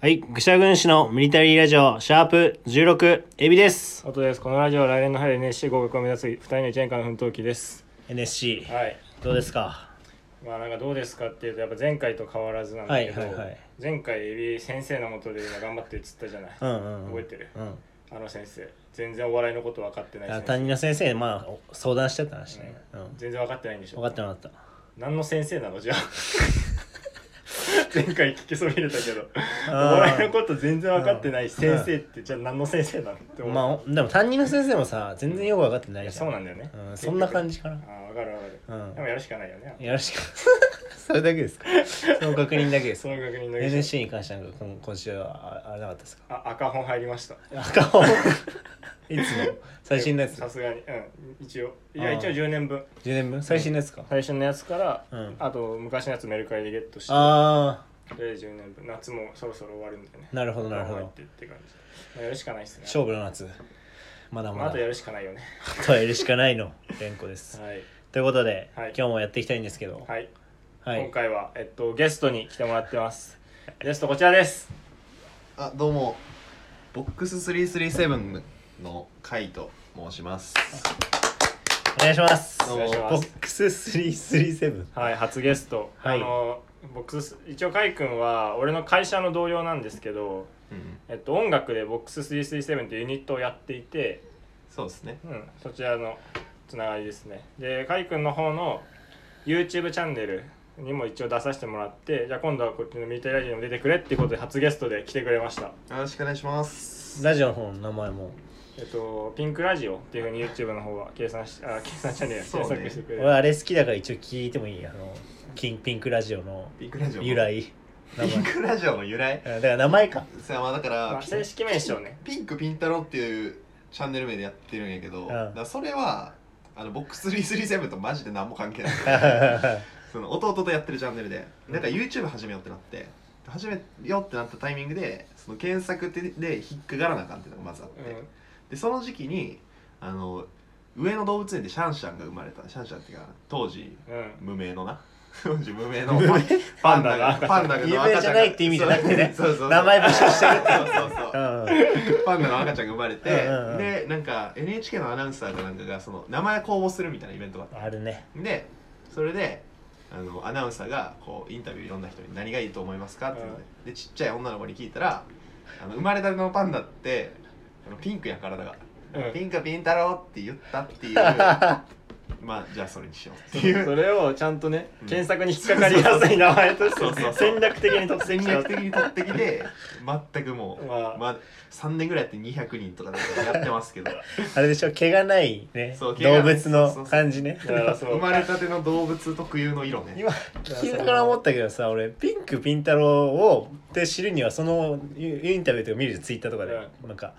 はい、愚者軍師のミリタリーラジオ、シャープ16、エビです。あとです。このラジオは来年の春 NSC 合格を目指す2人の1年間の奮闘記です。 NSC、はい。どうですかまあなんかどうですかっていうとやっぱ前回と変わらずなんだけど、はいはいはい前回エビ先生のもとで今頑張ってっつったじゃない。うんうんうん。覚えてるうん。あの先生全然お笑いのこと分かってないあ先担生。任の先生、まあ、お相談してた話ね。う。うんん全然分かってないんでしょ分かってなかった。何の先生なの じゃあ前回聞きそびれたけどおあー笑いのこと全然分かってない先生ってじゃあ何の先生なのって思う、まあ、おでも担任の先生もさ、全然よく分かってないいやじゃん。そうなんだよね、うん、そんな感じかな。ああ分かる分かる、うんでもやるしかないよねよろしく。それだけですかその確認だけですそ。の確認の NSC に関してはなんか今今週はああれなかったですかあ赤本入りました赤本いつの最新のやつさ10すがにうん一応いやあー一応10年分年分最新のやつか、最初のやつから、うんあと昔のやつメルカリでゲットしてあで10年分夏もそろそろ終わるんだよねあなるほどなるほここ入どってって感じ、まあ、やるしかないっすね勝負の夏まだまあまあとだやるしかないよねあとはやるしかないの連呼ですはい、ということで、はい今日もやっていきたいんですけどはい、はい、今回は、えっと、ゲストに来てもらってますゲストこちらですあどうもボックス337のカイと申しますお願いしますどおう願いしもまボすックス337はい初ゲスト、はいあのボックス一応カイ君は俺の会社の同僚なんですけど、うんえっと、音楽でボックス337っていうユニットをやっていてそうですねうん、そちらのつながりですねでかいくんの方の YouTube チャンネルにも一応出させてもらってじゃあ今度はこっちのミーティラジオにも出てくれっていうことで初ゲストで来てくれましたよろしくお願いしますラジオの方の名前もえっとピンクラジオっていうふうに YouTube の方は計算しあ計算じゃねえやそうね検索してくれ俺るあれ好きだから一応聞いてもいいあのキンピンクラジオのピンクラジオの由来名ピ前 ンクラジオの由来うんだから名前かさあまあだから、まあピン正式名称ねピンクピンタロっていうチャンネル名でやってるんやけど、んだからそれはあのボックス337とマジで何も関 係ないその弟とやってるチャンネルでなんか YouTube 始めようってなって始めようってなったタイミングでその検索で引っかからなあかんっていうのがまずあって、でその時期にあの上野動物園でシャンシャンが生まれたシャンシャンっていうか当時うん、うん、無名のな 当時無名の無名 パンダがパパンダが有名じゃないって意味じゃなくてね そうそうそう名前募集 してるってそうそううそうんパンダの赤ちゃんが生まれてうんうんうんでなんか NHK のアナウンサーかなんかがその名前公募するみたいなイベントがあっあるねたでそれであのアナウンサーがこうインタビュー読んだ人に何がいいと思いますかっていうので,、でちっちゃい女の子に聞いたらあの生まれたてのパンダってあのピンクや体がうんピンクピン太郎って言った っていうまあじゃあそれにしようっていそうそれをちゃんとねうん検索に引っかかりやすい名前とそうしそうそてう戦略的に突然戦に略的に取ってきて全くもう、まあまあ、3年ぐらいやって200人とかでやってますけどあれでしょ毛がないねそう動毛がない物の感じねだからそう生まれたての動物特有の色ね今聞きながら思ったけどさ俺ピンクピン太郎をって知るにはそのインタビューとか見るじゃんツイッターとかで、なんか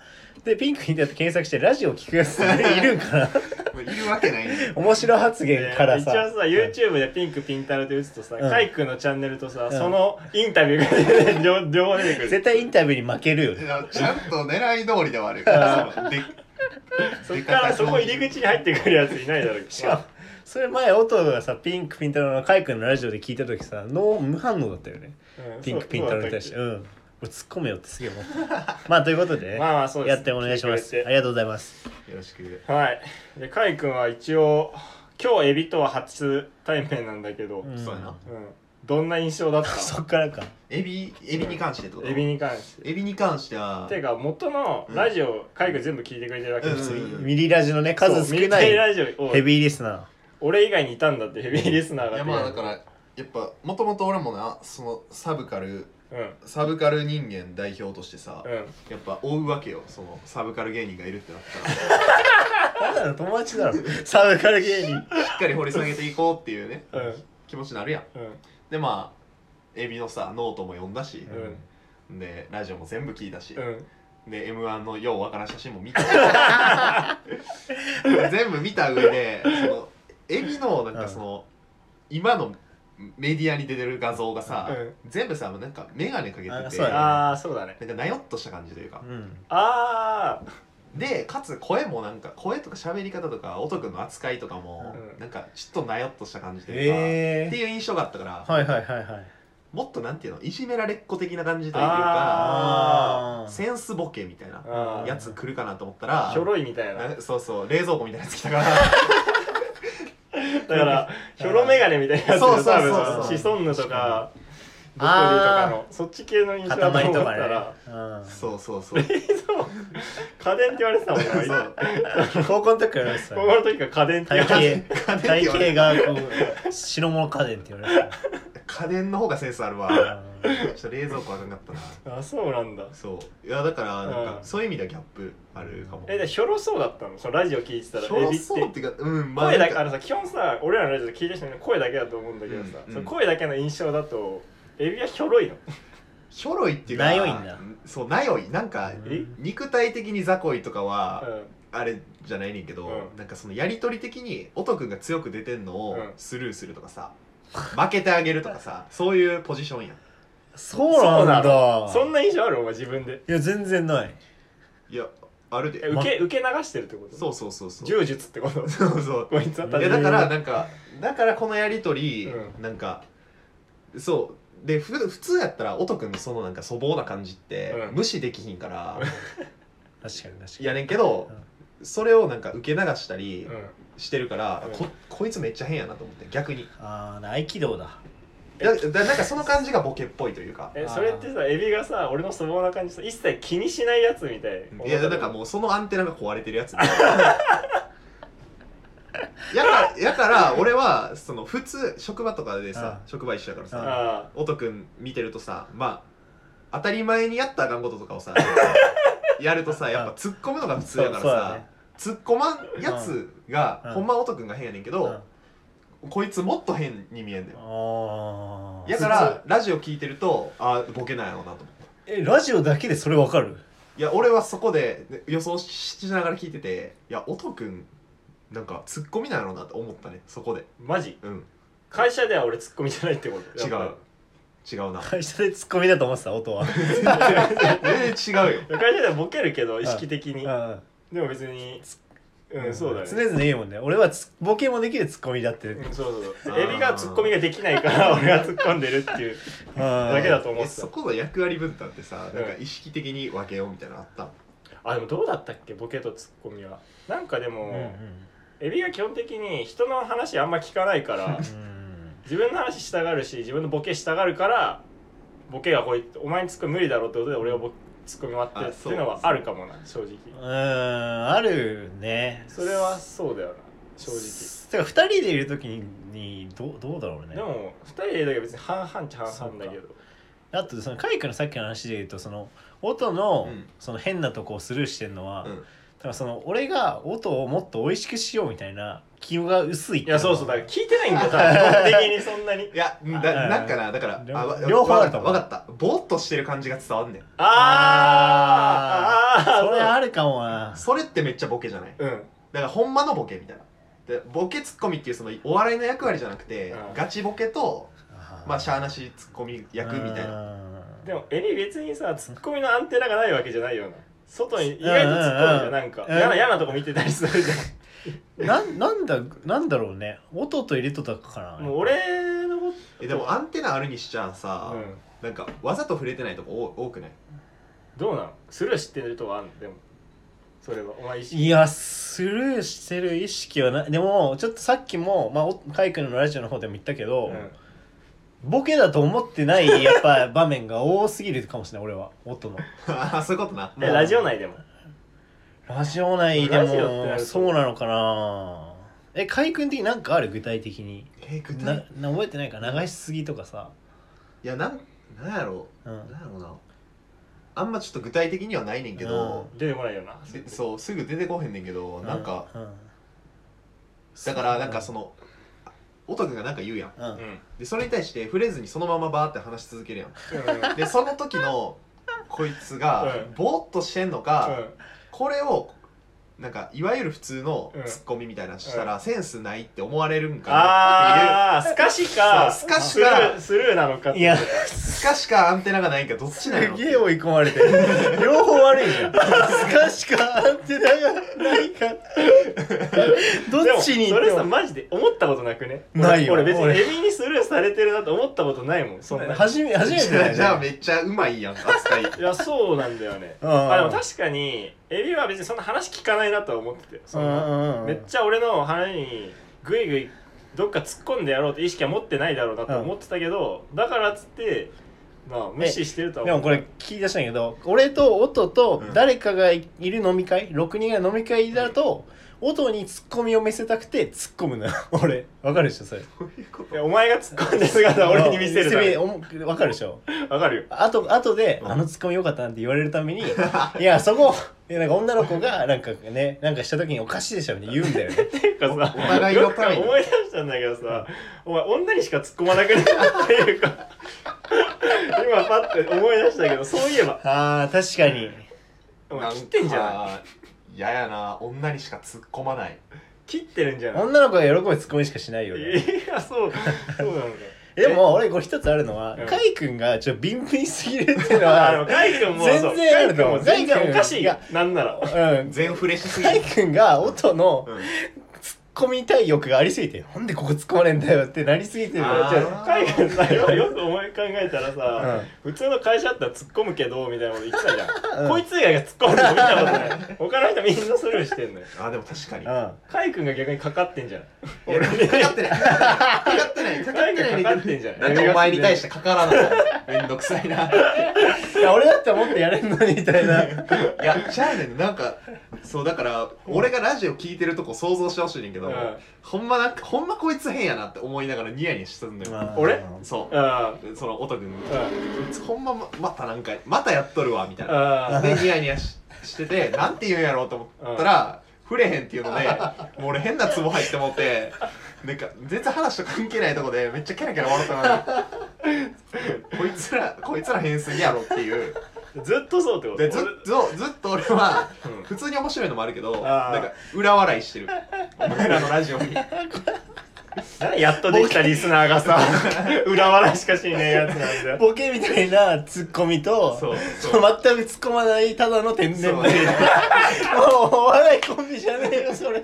でピンクピン太郎って検索してラジオ聞くやついるんかな いるわけないね面白発言からさ、一応さ YouTube でピンクピンタルで打つとさ、うんカイ君のチャンネルとさ、んそのインタビューが出て両 両方出てくる絶対インタビューに負けるよねちゃんと狙い通りではあるからそのでそっからそこ入り口に入ってくるやついないだろうしかもそれ前音がさピンクピン太郎のカイ君のラジオで聞いた時さノー無反応だったよねまあうんピンクピン太郎に対してそううん俺突っ込めよってすげえ思ったまあということでね、まあまあそうですやってお願いします聞いてくありがとうございますよろしくれてはいでカイ君は一応今日エビとは初対面なんだけど、うんんそうやなどんな印象だっそたっからかエビエビに関してってことエビに関してエビに関してはていうか元のラジオ、カイ君全部聞いてくれてるわけですよ、うんミリラジのね数そう少ミリタなリーいラジオをヘビーリスナー俺以外にいたんだってヘビーリスナーがいやまあだからやっぱもともと俺もなそのサブカルらうんサブカル人間代表としてさ、うんやっぱ追うわけよそのサブカル芸人がいるってなったらしただの友達だろ サブカル芸人っかり掘り下げていこうっていうね、うん気持ちになるやんうんでまあエビのさノートも読んだし、うんでラジオも全部聞いたし、うんで m 1のようわからん写真も見た 全部見た上でそのエビのなんかその、今のメディアに出てる画像がさ、うん全部さなんか眼鏡かけあててそうやねなああそうだねんかなよっとした感じというか、うんあでかつ声もなんか声とか喋り方とか音くんの扱いとかも、うんなんかちょっとなよっとした感じというか、えっていう印象があったから、えはいはいはいはいもっとなんていうのいじめられっ子的な感じというあかあーセンスボケみたいなあーやつ来るかなと思ったらひょろいみたいなだなそうそう冷蔵庫みたいなやつ来たからからひょろ眼鏡みたいなやつそうそうそうそう多分シソンヌとかブロッコリーとかあのそっち系の印象だと思塊ったとかねら、そうそうそう家電って言われてたもんねそ今ううん、高校の時から言われてた高校の時から家電って言われて体家型電って体言われ型がこう白物家電って言われて家電の方がセンスあるたわうんちょっと冷蔵庫あかんかったな あそうなんだそういやだからなんうかんそういう意味ではギャップあるかもえでひょろそうだったのそのラジオ聞いてたらひょろエビってそうっていうかうんまあ声だけなあんのかさ基本さ俺らのラジオで聞いてる人の声だけだと思うんだけどさ、うんその声だけの印象だとエビはひょろいのひょろいっていうかなよいんだそうなよいなんかえ肉体的に雑魚いとかは、うあれじゃないねんけど、うんなんかそのやり取り的に音くんが強く出てんのをうんスルーすると かさ、負けてあげるとかさそういうポジションやんそうなんだんそんな印象あるお前自分でいや全然ないいやあるでえ受け受け流してるってことそうそうそうそう柔術ってことそうそうこいつはたいだやだかうらんなんかだからこのやり取り、うなんかそうでふ普通やったら音くんのそのなんか粗暴な感じって、うん無視できひんから確かに確かにやねんけど、それをなんか受け流したりうんしてるから、うんここいつめっちゃ変やなと思って逆にああ合気道だだだなんかその感じがボケっぽいというかえそれってさエビがさ俺の粗暴な感じさ一切気にしないやつみたいいやなんかもうそのアンテナが壊れてる やつやからやから俺はその普通職場とかでさああ職場一緒やからさあ音くん見てるとさまあ当たり前にやったらあかんこととか をさやるとさやっぱ突っ込むのが普通やからそうそうださね突っ込まんやつがうんほんま音くんが変やねんけうんどこいつもっと変に見えんだよああやからラジオ聞いてるとあボケないやろうなと思ってえラジオだけでそれわかるいや俺はそこでね予想しながら聞いてていや音くんなんかツッコミなのなと思ったねそこでマジうん会社では俺ツッコミじゃないってこと違やっう違うな会社でツッコミだと思ってた音は全然違うよぱり会社ではボケるけど意識的うにんでも別にうんそうだね常々言うもんね俺はツッボケもできるツッコミだって、うん、そうそうそあうーエビがツッコミができないから 俺が突っ込んでるっていうだだけだと思っえてそたこの役割分担ってさうんなんか意識的に分けようみたいなのあったあでもどうだったっけボケとツッコミはなんかでも、うんうんエビが基本的に人の話あんま聞かないからうん自分の話したがるし自分のボケしたがるからボケがこういお前にツッコミ無理だろうってことで俺がボツッコミ待ってるあってそういうのはあるかもな正直うーんあるねそれはそうだよな正直てか2人でいる時にどうどうだろうねでも2人でいる時は別に半々っちゃ半々だけどあとそのカイ君のさっきの話で言うとその音の,、うんその変なとこをスルーしてるのは、うんだからその俺が音をもっと美味しくしようみたいな気が薄いっていいのやはそうそうだから聞いてないんだよ 多分基本的にそんなにいやだあなんかなだから両あわ両方あるとわ思うかったぼーっとしてる感じが伝わんねんあーあーそれあるかもなそれってめっちゃボケじゃないうんだからほんまのボケみたいなでボケツッコミっていうそのお笑いの役割じゃなくてうんガチボケとまあしゃああなしツッコミ役みたいななでもエリ別にさツッコミのアンテナがないわけじゃないよな外に意外とツッコミじゃんなんかうんうんうん嫌な嫌なとこ見てたりする じなんなんだなんだろうね音と入れとったかゃなんもう俺のこえでもアンテナあるにしちゃあとさ、うんなんかわざと触れてないとこ多多くない どうなのスルーしてるとはあんのでもそれはお前意識いやスルーしてる意識はないでもちょっとさっきも、まあ、おカイ君のラジオの方でも言ったけど、うんボケだと思ってないやっぱ 場面が多すぎるかもしれない俺は音のあそういうことなえラジオ内でもラジオ内でラジオってなもるとそうなのかなえカイ君的になんかある具体的にえ具体なな覚えてないか流しすぎとかさ、いやなんなんやろうんうなんやろうなあんまちょっと具体的にはないねんけど、出てこないよなでそうすぐ出てこへんねんけど、なんかうんだからなんかそのあ音くんがなんか言うやんうんうんうんでそれに対して触れずにそのままバーって話し続けるやんでその時のこいつがうんぼーっとしてんのか、うんこれをなんかいわゆる普通のツッコミみたいなのしたら、センスないって思われるんかなっああスカシかそうスカシスルかースルーなのかっていやていうしかしかアンテナがないんかどっちすなのげえ追い込まれ てる両方悪いじゃんスカしかアンテナがないか どでもっちに行それさってもマジで思ったことなくねないよ俺俺別俺にエビにスルーされてるなと思ったことないもんそんな初め初めてじ ゃだあじゃあよめねっちゃうまいやん扱いいやそうなんだよねうんあでも確かにエビは別にそんな話聞かないなとは思っててそんなうんうんうんめっちゃ俺の腹にグイグイどっか突っ込んでやろうって意識は持ってないだろうなと思ってたけど、だからっつってまあ無視してるとはでもこれ聞い出したんやけど俺と音と誰かがいる飲み会、6人が飲み会だと音にツッコミを見せたくて突っ込むのよ 俺わかるでしょそれどういうこいやお前が突っ込 んだ姿は俺に見せるため見せるわかるでしょわかるよあとあとで、うんあのツッコミ良かったなって言われるために いやそこいやなんか女の子がなんかねなんかした時におかしいでしょって言うんだよねていうかさお互いのよくために思い出したんだけどさお前女にしか突っ込まなくなったっていうか今パッて思い出したけどそういえばあー確かにおと前切ってんじゃないいややな女にしか突っ込まない切ってるんじゃない女の子が喜ぶツッコミしかしないよねいやそうそうなんだよでも俺これ一つあるのは、うんカイ君がちょっとビンビンすぎるっていうの あでもはカイ君もそ全う然あると思うカイ君も全カイ然君おかしいいよやなんならうん全フレッシュすぎカイる、君が音のうんツッコミたい欲がありすぎてなんでここ突っ込まれんだよってなりすぎてるかあらーちょっとカイ君さ今よく思い考えたらさ、うん普通の会社だったら突っ込むけどみたいなこと言ってたじゃん、うんこいつ以外が突っ込むの見たことない他の人みんなスルーしてんのよあでも確かにうんカイ君が逆にかかってんじゃんいや かかってないかかってないかかってないかかってんじゃんなんでお前に対してかからないめんどくさいないや俺だってもっとやれんのにみたいな いやちゃうねんなんかそうだから俺がラジオ聞いてるとこ想像してほしいねんけど、うんほんまなんかほんまこいつ変やなって思いながらニヤニヤしてんのよ、俺そあうその音君ああこいつほんまままたなんかまたやっとるわみたいなあでニヤニヤしして てなんて言うんやろうと思ったら触れへんっていうのでもう俺変なツボ入ってもってなんか全然話と関係ないとこでめっちゃキャラキャラ笑ったなこいつらこいつら変すぎやろっていうずっとそうってことでずっとずっと俺はうん普通に面白いのもあるけどあーなんか裏笑いしてるお前らのラジオに俺やっとできたリスナーがさ裏笑いしかしねえやつなんだよボケみたいなツッコミとそうそう全く突っ込まないただの天然そボうケもうお笑いコンビじゃねえよそれ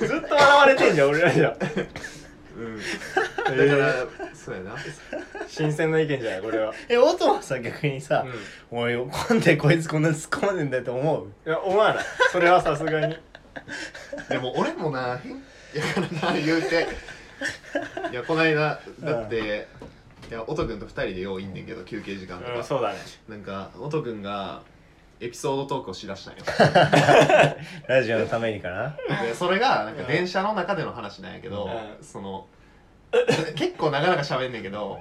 ずっと笑われてんじゃん俺らじゃうんだえから、そうやな新鮮な意見じゃないこれは、 え音はさ逆にさうん、い「おいなんでこいつこんな突っ込まねえんだよ」と思うや思わないそれはさすがにでも俺もな変やからな言うていやこないだだっていや音くんと2人でよういんねんけど休憩時間とうんか、そうだねなんか音くんがエピソードトークをしだしたんよラジオのためにか な でそれがなんか電車の中での話なんやけど、うんその結構なかなか喋んねんけど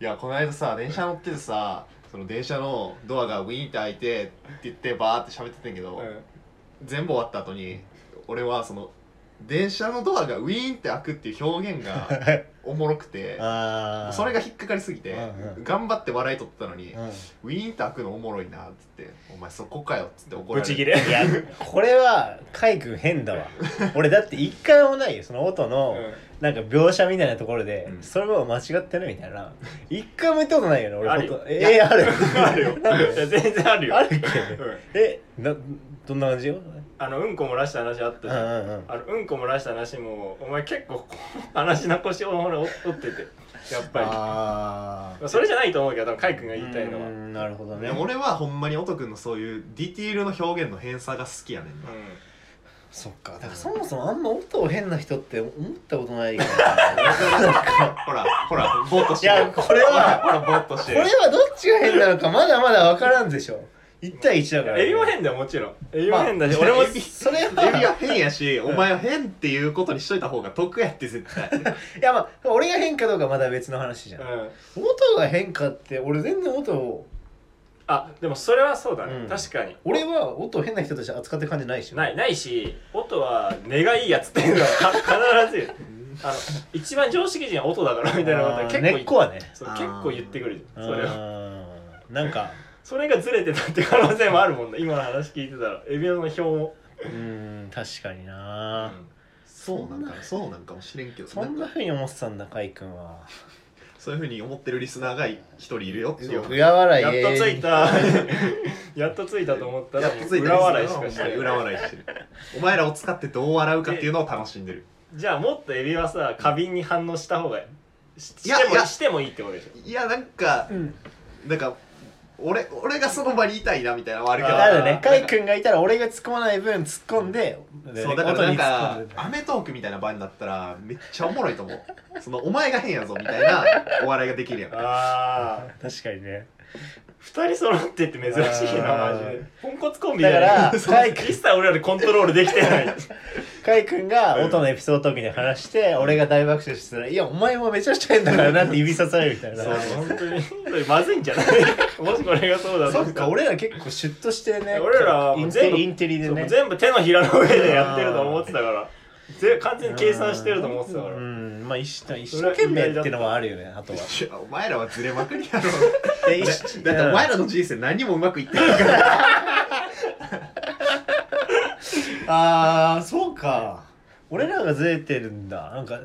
いやこの間さ電車乗っててさその電車のドアがウィーンって開いてって言ってバーって喋っててんけど、うん全部終わった後に俺はその電車のドアがウィーンって開くっていう表 現がおもろくてああそれが引っかかりすぎてうんうん頑張って笑い取ったのにうんウィーンって開くのおもろいなっつって「お前そこかよ」っつって怒ブられチギるレいやこれはカイ君変だわ俺だって一回もないよその音うの、んなんか描写みたいなところで、うんそれも間違ってるみたいな一回も言ったことないよね俺あるよほんとえー、 ある あるよなんいでや全然あるよあるっけうんえなどんな感じよあのうんこ漏らした話あったうんじうゃんんうんあのうんこ漏らした話もお前結構こう話の腰をほら折っててやっぱりあまあそれじゃないと思うけど多分カイ君が言いたいのは、うーうんんなるほどねで俺はほんまに音くんのそういうディティールの表現の偏差が好きやねんなそっかだからそもそもあんま音を変な人って思ったことないから、ほらほらぼーっとしていやこれはほらほらぼーっとし こてれるはどっちが変なのかまだまだ分からんでしょ1対1だいかやら、エビも変だよもちろんエビも変だし、まあ俺もエビそれエビはは変やしお前は変っていうことにしといた方が得やって絶対いやまあ俺が変かどうかまだ別の話じゃん、うん音が変かって俺全然音をあでもそれはそうだね、うん確かに俺は音を変な人として扱ってる感じないしないないし音は根がいいやつっていうのはか必ず言うあの一番常識人は音だからみたいなことはあー結構言根っこはねそうあ結ー構言ってくるじゃんそれうはんなんかそれがずれてたって可能性もあるもんね今の話聞いてたらエビの表もうん確かにうな、んそうなんかそうなんかもしれんけどそんななんかふうに思ってたんだカイ君はそういうふうに思ってるリスナーが一人いるよっていう話裏笑いやっとついたた やっとついたと思ったらやっとついた裏笑いしかしなないい裏笑いしてるお前らを使ってどう笑うかっていうのを楽しんでるじゃあもっとエビはさ過敏に反応した方がしいしやてもいやしてもいいってことでしょいやなんかうんなんか俺俺がその場にいたいなみたいなのはあるけどなるねカイ君がいたら俺が突っ込まない分突っ込んでそうだからなんかで『アメトーーク』みたいな場になったらめっちゃおもろいと思うそのお前が変やぞみたいなお笑いができるやんああ確かにね二人揃ってって珍しいなあーマジでポンコツコンビだかやら ねカイ君一切俺らでコントロールできてないカイ君が音のエピソードの時に話して、俺が大爆笑してたら「いやお前もめちゃくちゃ変だからな」って指さされるみたいなそう本当にそれまずいんじゃない もしこれがそうだそとっか俺ら結構シュッとしてね俺らはイもうンテ全部リインテリでそうもねう全部手のひらの上でやってると思って たからぜ完全に計算してると思ってたかうらんまあ一生一生懸命ってのはあるよねあとは。いやお前らはズレまくりやろでだ一だってお前らの人生何もうまくいってないから ああそうか俺らがずれてるんだなんか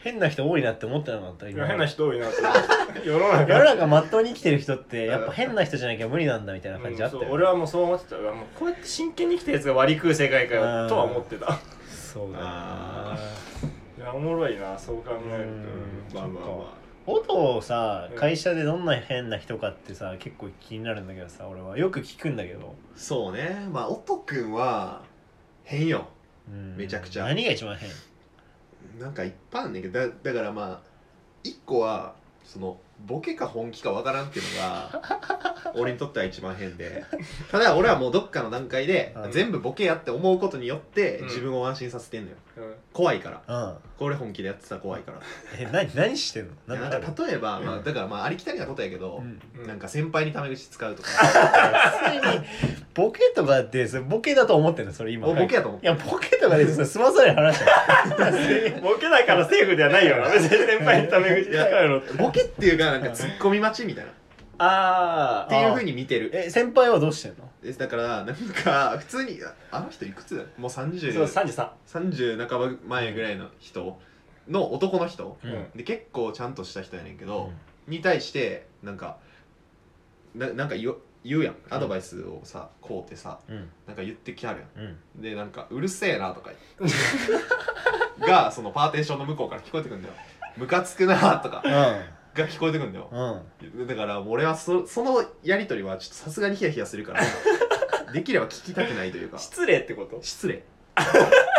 変な人多いなって思ってなかったい今や変な人多い なって世の世の中中まっとうに生きてる人ってやっぱ変な人じゃなきゃ無理なんだみたいな感じあったよ、そうね俺はもうそう思ってたからもうこうやって真剣に生きたやつが割り食う世界かうよんとは思ってたそうだなあいやおもろいなそう考えるうんまあまあま音をさうん会社でどんな変な人かってさ結構気になるんだけどさ俺はよく聞くんだけど、あそうねまあ音くんは変ようんめちゃくちゃ何が一番変なんかいっぱいあんねんけどだだからまあ一個はそのボケか本気かわからんっていうのが俺にとっては一番変でただ俺はもうどっかの段階でうん全部ボケやって思うことによってうん自分を安心させてんのよとうん怖いからうんこれ本気でやってたら怖いからえ何何してんのいや何なだんろうか例えば、まうあ、んだからまあありきたりなことやけど、うんうんなんか先輩にタメ口使うとかボケとかってそれボケだと思ってんのそれ今おボケやと思いってやボケとかでそれ済まさない話だボケだからセーフではないよな別に先輩にタメ口使う のってボケっていうかなんかツッコミ待ちみたいなっあていうふうに見てる え先輩はどうしてんのですだからなんか普通にああの人いくつだもう30そう33 30半ば前ぐらいの人の男の人うんで結構ちゃんとした人やねんけど、うんに対してなんかななんか言う言うやんアドバイスをさこうってさうんなんか言ってきはるやんうんでなんか「うるせえな」とか言っ てがそのパーテーションの向こうから聞こえてくんだよ「ムカつくな」とかが聞こえてくんだようんだからもう俺はそそのやり取りはちょっとさすがにヒヤヒヤす るからできれば聞きたくないというか失礼ってこと失礼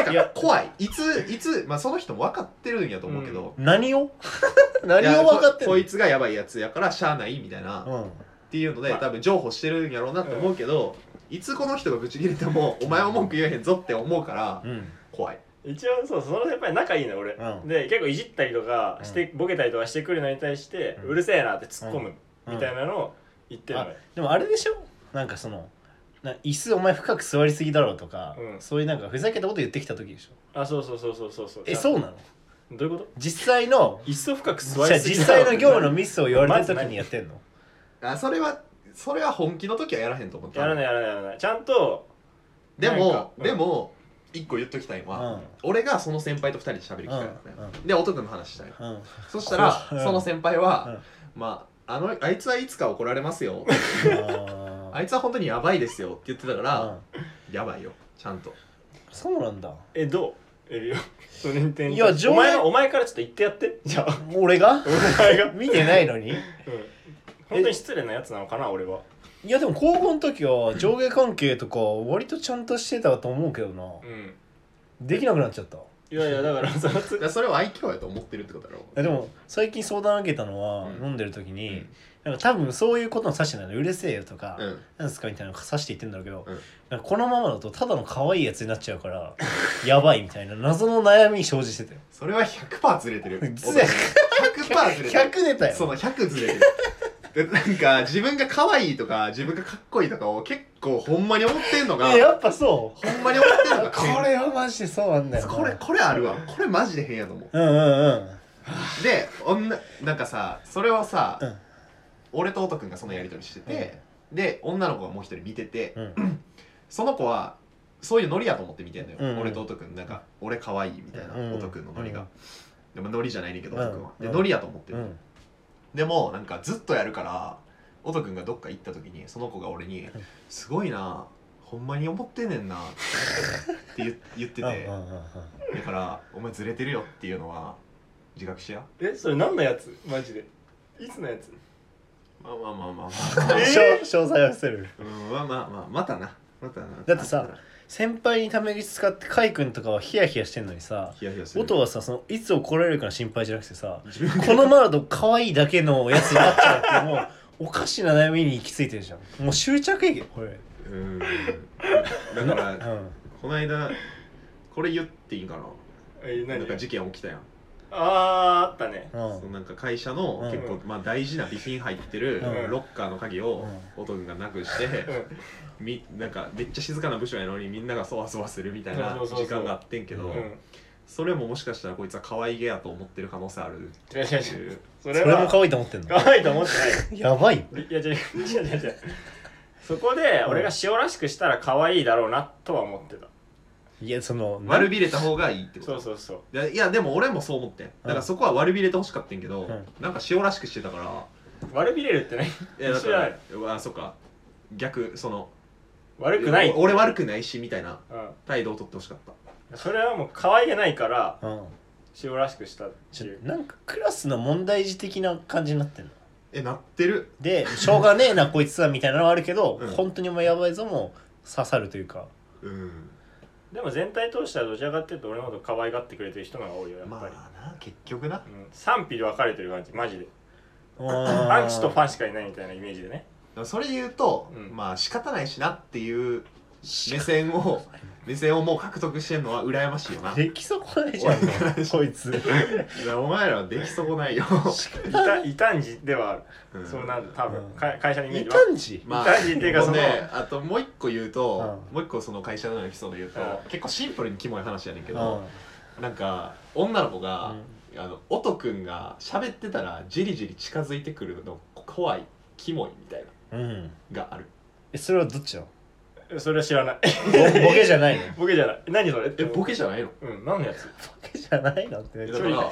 てか怖いいついつまあその人も分かってるんやと思うけど、何をい 何やを分かってんこのこいつがやばいやつやからしゃあないみたいな、っうんていうのでまあ多分譲歩してるんやろうなって思うけど、いつこの人がぶち切れてもお前は文句言えへんぞって思うからうん怖い一応そうその先輩仲いいの俺、うんで結構いじったりとかして、ボケたりとかしてくるのに対して、ううんるせえなって突っ込む、うんみたいなのを言ってるのよ、でもあれでしょなんかそのな椅子お前深く座りすぎだろうとか、うんそういうなんかふざけたこと言ってきた時でしょあそうそうそうそうそうそうえそうなのどういうこと実際の一層深くじゃ座ありすぎ実際の業務ののミスを言われた時にやってんのあそれはそれは本気の時はやらへんと思ったやらないやらないやらないちゃんとでなんもか、うんでも一個言っときたいのは、うん俺がその先輩と二人で喋る機会だったよ、で音くんの話したいうんそしたらうんその先輩は、まああのあいつはいつか怒られますよ ああいつは本当にやばいですよって言ってたから、ーうんやばいよちゃんとそうなんだえどうエビオそれに点いや上 お前演がお前からちょっと言ってやってじゃあ俺が お 前が、うん、見てないのに本当に失礼なやつなのかな俺はいやでも高校の時は上下関係とか割とちゃんとしてたと思うけどなうんできなくなっちゃったいやいやだか らそのつだからそれは愛嬌やと思ってるってことだろえでも最近相談受けたのは、うん飲んでる時に、うんなんか多分そういうことの指してないのうるせえよとか、うんなんですかみたいなの指して言ってんだろうけど、うんなんかこのままだとただの可愛いやつになっちゃうから やばいみたいな謎の悩み生じてた よそれは100%ずれ てる100%ずれずれてる100出たよその100ずれてるでなんか自分が可愛いとか自分がかっこいいとかを結構ほんまに思ってんのがえやっぱそうほんまに思ってんのがこれはマジでそうなんだよなこれこれあるわこれマジで変やと思ううんうんうんで女なんかさそれをさ、うん俺と音くんがそのやり取りしてて、で女の子がもう一人見てて、うんその子はそういうノリやと思って見てんのよ、うんうん俺と音くんなんか俺可愛いみたいな、うん音くんのノリが、うんでもノリじゃないねんけど音くんは、うんでノリやと思ってうる、んでもなんかずっとやるから音くんがどっか行った時にその子が俺に「すごいなほんまに思ってんねんな」っ て言言ってうんてうんうんうんだから「お前ずれてるよ」っていうのは自覚しやえそれ何のやつマジでいつのやつまあまあまあまあまあ、え詳詳細は伏せるうん、まあまあまあまたなまたなだってさ先輩にタメ口使ってカイ君とかはヒヤヒヤしてんのにさヒヤヒヤする音はさそのいつ怒られるかの心配じゃなくてさ自分このままだと可愛いだけのやつになっちゃうってもうおかしな悩みに行き着いてるじゃんもう執着駅これうんだ からうんこの間これ言っていいんかえななん何か事件起きたやん、あーあったねうんそのなんか会社のうん結構、まあ、大事な備品入ってるうんロッカーの鍵を音くんがなくして、うんみなんかめっちゃ静かな部署やのにみんながそわそわするみたいなそうそうそう時間があってんけどうんそれももしかしたらこいつは可愛げやと思ってる可能性ある違う違うって違いううそそれれもは可愛いと思ってんの可愛いと思ってないやばいよいや違う違う違う違うそこで俺が塩らしくしたら可愛いだろうなとは思ってたいやその悪びれた方がいいってことそうそうそういやいやでも俺もそう思ってんだからそこは悪びれてほしかったんけど、うんなんか塩らしくしてたから悪びれるってねいやだか一緒らあそっか逆その悪くないや俺悪くないしみたいなうん態度を取ってほしかったそれはもう可愛げないからうん塩らしくしたってちいうょなんかクラスの問題児的な感じになってんのえなってるでしょうがねえなこいつはみたいなのはあるけど、うん本当にお前やばいぞも刺さるというかうんでも全体通してはどちらかっていうと俺のこと可愛がってくれてる人の方が多いよやっまぱり、あな結局なうん、賛否で分かれてる感じマジでアアンチとファンしかいないみたいなイメージでねでもそれで言うと、うんまあ仕方ないしなっていう目線 を目線をもう獲得してんのは羨ましいよなできそこないじゃんこいついやお前らはできそうないよ、 異端異端児ではある、うんそうなんだ多分、うんか会社のイメ異ージは端児まあ大事っていうかもそねあともう一個言うと、うんもう一個その会社のエピソード言うと、う結構シンプルにキモい話やねんけうんど、なんか女の子が、うんあの音くんが喋ってたらじりじり近づいてくるの怖いキモいみたいなうんがあるえそれはどっちなのそれは知らないボボケじゃないのボボケじゃない何それえボケじゃないのうん何のやつケじゃないのってめっだちかゃら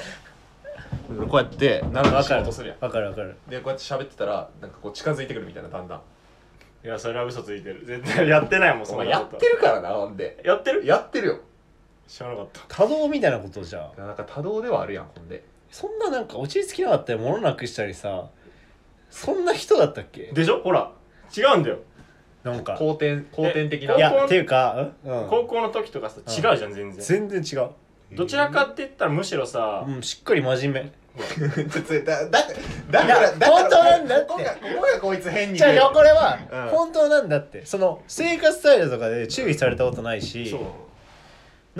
こうやってわ斜めか仕る事するやんわかるわかるでこうやって喋ってたらなんかこう近づいてくるみたいなだんだん いやそれは嘘ついてる絶対やってないもんおそん前なやこっとてるからなほんでやってるやってるよ知らなかった多動みたいなことじゃんなんか多動ではあるやんほんでそんななんか落ち着きなかったり物なくしたりさそんな人だったっけでしょほら違うんだよなんか後転後転的な高い校やっていうか、うん、高校の時とかさうん違うじゃん全然全然違う、どちらかって言ったらむしろさうん、しっかり真面 だだだからいやだから本当なんだってここがここがこいつ変目にじゃあこれはうん本当なんだってその生活スタイルとかで注意されたことないし、そう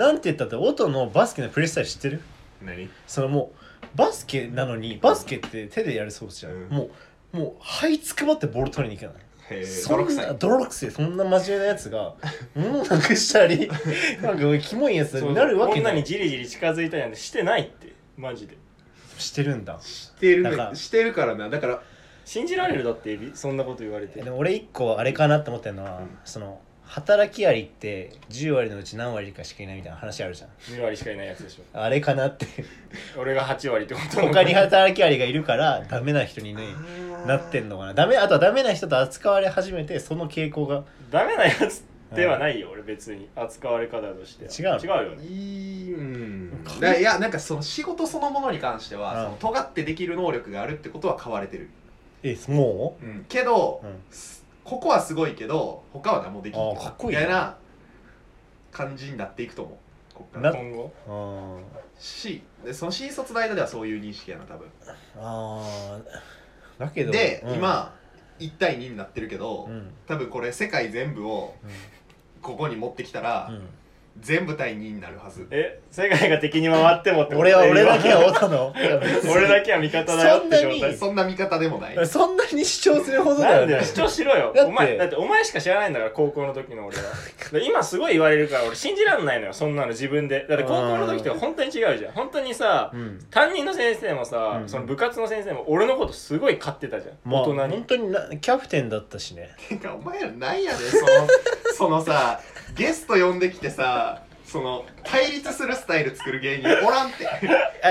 なんて言ったって音のバスケのプレースタイル知ってる何そのもうバスケなのにバスケって手でやるそうじゃん、うんもうもう這いつくばってボール取りに行かないへえそん泥な臭い泥臭いそんな真面目なやつが物なくしたりなんかキモいやつそうになるわけ女なにいじりじり近づいたりなんてしてないってマジでしてるんだしてだからるしてるからなだから信じられるだってエビそんなこと言われてでも俺一個あれかなって思ってるのは、その働きアリって10割のうち何割かしかいないみたいな話あるじゃん2割しかいないやつでしょあれかなって俺が8割ってこと他に働きアリがいるからダメな人にねなってんのかなダメあとはダメな人と扱われ始めてその傾向がダメなやつではないよ俺別に扱われ方として違う違うよねいいうんだいやなんかその仕事そのものに関しては、うんその尖ってできる能力があるってことは買われてる、えもけど、うんすここはすごいけど他は何もできんあーかっこいいみねたいな感じになっていくと思うこっからな今後ううんしでその新卒の間ではそういう認識やな多分あーだけどで、うん今1対2になってるけど、うん多分これ世界全部をうんここに持ってきたら、うん全部対2になるはずえ世界が敵に回ってもってこと俺はえ俺だけは今オタの 俺だけは味方だよってそん状なに態そんな見方でもないそんなに主張するほどだなよんでねよ主張しろよだってお前だってお前しか知らないんだから高校の時の俺はで今すごい言われるから俺信じらんないのよそんなの自分でだって高校の時とか本当に違うじゃん本当にさ、うん担任の先生もさ、うんその部活の先生も俺のことすごい勝ってたじゃん、まあ大人本に当になキャプテンだったしねてかお前らなんやでそ のそのさゲスト呼んできてさその対立するスタイル作る芸人おらん って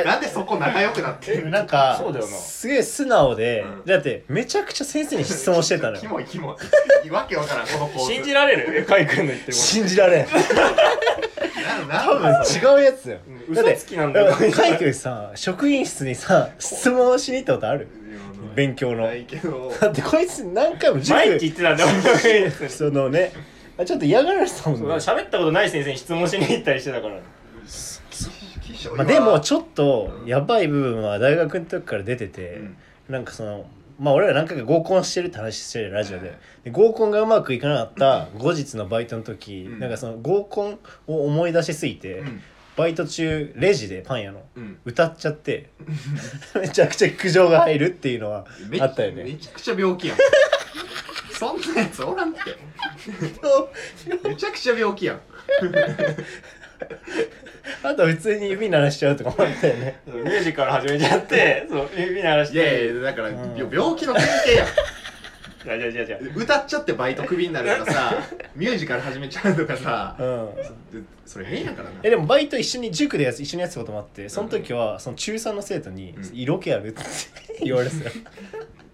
なんでそこ仲良くなってるなんかそうだよなすげえ素直で、うんだってめちゃくちゃ先生に質問してた のキよモいキモいわけわからんこの構図信じられるカイ君の言ってるこ信じられんな多なんだそれ分違うやつだよと嘘つきなんだよカイ君さ職員室にさ質問しに行ったことある勉強のないけどだってこいつ何回も塾毎日言ってたんだよ俺 そのねあちょっと嫌がらせたもんそうねだから喋ったことない先生に質問しに行ったりしてたから気性まあ、でもちょっとやばい部分は大学の時から出てて、うんなんかそのまあ俺ら何回か合コンしてるって話してるラジオで,、はいで合コンがうまくいかなかった後日のバイトの時、うんなんかその合コンを思い出しすぎて、うんバイト中レジでパン屋のうん歌っちゃって めちゃくちゃ苦情が入るっていうのはめあったよねめちゃくちゃ病気やんそんなやつおらんってめちゃくちゃ病気やんあと普通に指鳴らしちゃうとかもあったよ ねミュージカル始めちゃってそう指鳴らしいてやいやだから、うん病気の典型やんいやいやいやいや歌っちゃってバイトクビになるとかさミュージカル始めちゃうとかさうんそれ変やからなえでもバイト一緒に塾でやつ一緒にやってたこともあってその時はその中3の生徒にうん「色気ある?」って言われて たよ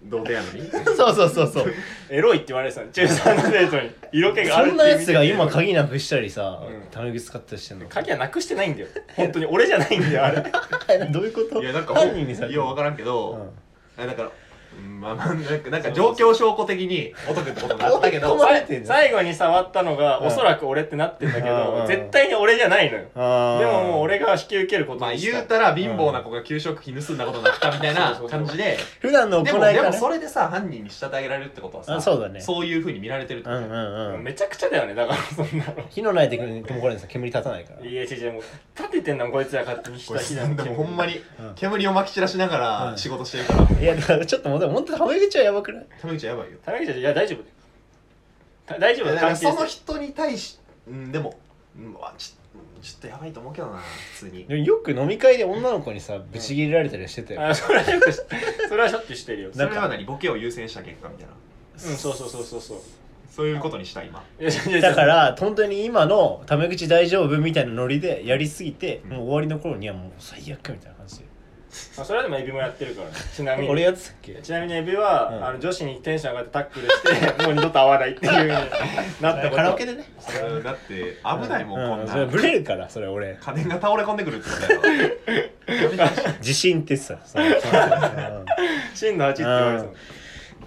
童貞やのにそうそうそうそうエロいって言われてたの中3の生徒に色気があそるってんな意や味つでが今鍵なくしたりさうんタメ口使ったりしてんの鍵はなくしてないんだよ本当に俺じゃないんだよあれ どういうこと いやなんか犯人にされよう分からんけうどん、あだからうんまあまあなんかなんか状況証拠的に男ってことになったけおど前壊れてんの最後に触ったのがうんおそらく俺ってなってんだけうんど絶対に俺じゃないのよあーでももう俺が引き受けること まあにし言うたたら貧乏な子が給食費盗んだことになったみたいなそうそうそう感じで普段の行でいかもらでもねそれでさ犯人に仕立て上げられるってことはあさそうだねそういうふうに見られてるってうことだんようんうんめちゃくちゃだよねだからそんなの火のないとこにもこれさ煙立たないからいや違う違うもう立ててんだもんこいつら勝手にひこたれひたのでもほんまにうん煙をまき散らしながうらん仕事してるからいやだからちょっともうでも本当タメ口はやばくないタメ口はやばいよ田中ちゃんいや大丈夫だよた大丈夫だだから関係その性人に対し、うん、でも、うん、まあちょちょっとやばいと思うけどな普通にでもよく飲み会で女の子にさブチ切れられたりしてたよあそれはよくしそれはしょっちゅうしてるよそれは何ボケを優先した結果みたいなうんそうそうそうそうそうそういうことにした今いやいやいやだから本当に今のタメ口大丈夫みたいなノリでやりすぎて、うんもう終わりの頃にはもう最悪みたいな感じで、あそれはでもエビもやってるからねちなみに俺やってたっけちなみにエビは、うんあの女子にテンション上がってタックルして もう二度と会わないっていう風になったことカラオケでねだって危ないもん、うこんそれブなレるからそれ俺家電が倒れ込んでくるってことだ よ自信ってさそのうん真の味って言われて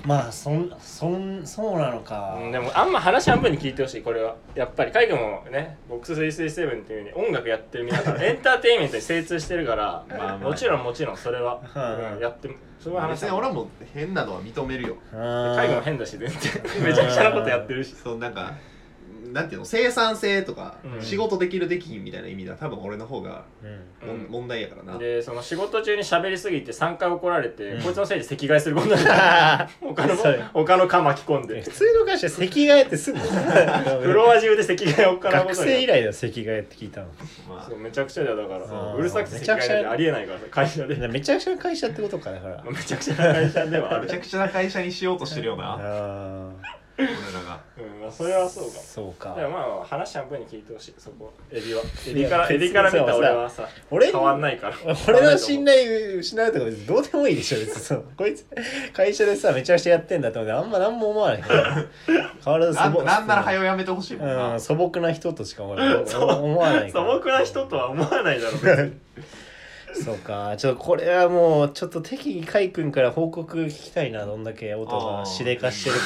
まあそんそんそうなのたか、うんでもあんま話半分に聞いてほしいこれはやっぱり海君もねボックス337っていう風に音楽やってる皆さ んエンターテインメントに精通してるからまあまあもちろんもちろんそれは、うんうんやってそれは話別せにない俺も変なのは認めるようん海軍変だし全然 めちゃくちゃなことやってるしそのなんかなんていうの生産性とか、うん仕事できるできひんみたいな意味では多分俺の方がうんもん、うん問題やからなでその仕事中に喋りすぎて3回怒られて、うんこいつのせいで席替えすることになる 他のそう他の科巻き込んで普通の会社席替えってすぐフロア中で席替えを行うことになる学生以来だよ席替えって聞いたのまあそうめちゃくちゃだよだかそらううるさくて席替えなんてありえないからさ会社でめちゃくちゃな会社ってことかだからめちゃくちゃな会社ではあめるちゃくちゃな会社にしようとしてるよなあ俺らがうんまあそれはそうかもそうかだからまあ話半分に聞いてほしいそこエビはエいビやからエビから見そうたそう俺はさ俺変わんないから俺の信頼失うとか別にどうでもいいでしょ別にそうこいつ会社でさめちゃくちゃやってんだと思ってあんま何も思わないから変わらずな素ん朴なんなら早うやめてほしいもんな、うん、素朴な人としか思わ ない思わない素から朴な人とは思わないだろう別にそうかちょっとこれはもうちょっと適宜海君から報告聞きたいなどんだけ音がしでかしてるか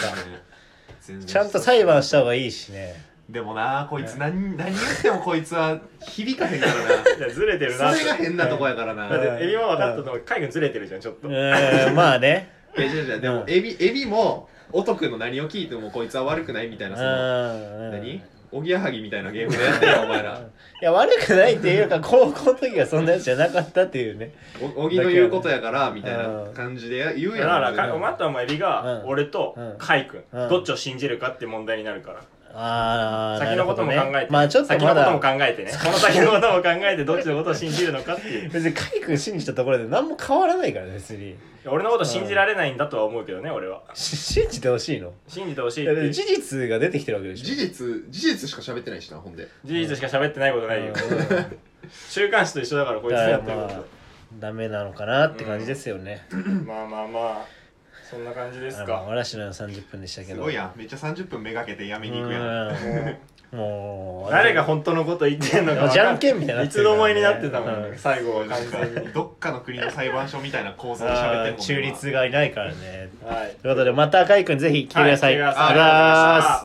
かちゃんと裁判した方がいいしねでもなこいつ何何言ってもこいつは響かへ んからいやずれてるななっそれてが変なとこやからなだってエビは分かったと思う海軍ずれてるじゃんちょっうとーんまあ ねえ違う違うでうもんエビエビもおとくの何を聞いてもこいつは悪くないみたいうんなそのうん何おぎやはぎみたいなゲームでやってるよお前らいや悪くないっていうか高校の時はそんなやつじゃなかったっていうねおおぎの言うことやからみたいな感じで言うだやんから俺かお前とお前エビがうん俺とうんカイ君うんどっちを信じるかって問題になるからああ先のことも考えてまあちょっと先まのこともだ考えてねこの先のことも考えてどっちのことを信じるのかっていう別にカイ君信じたところで何も変わらないから別に俺のこと信じられないんだとは思うけどね俺はし信じてほしいの信じてほしいいっやだってて事事実が出てきてるわけでしょ事実事実しか喋ってないしなほんで実しか喋ってないことないよ週刊誌と一緒だからこいつだがかやらってまあるこダメなのかなって感じですよね、とまあまあまあそんな感じですあのか嵐のような30分でしたけすどごいやんめっちゃ30分めがけてやめに行くやんうんもう 誰が本当のこと言ってんのか分かじゃんけんみたいになっいてるからつのね思いになってたもんねうん最後は完全にどっかの国の裁判所みたいな構造で喋っあてんーもん中立がいないからねはいということでまた赤井君ぜひ来てください、はい来てくだありがとうごさいざいます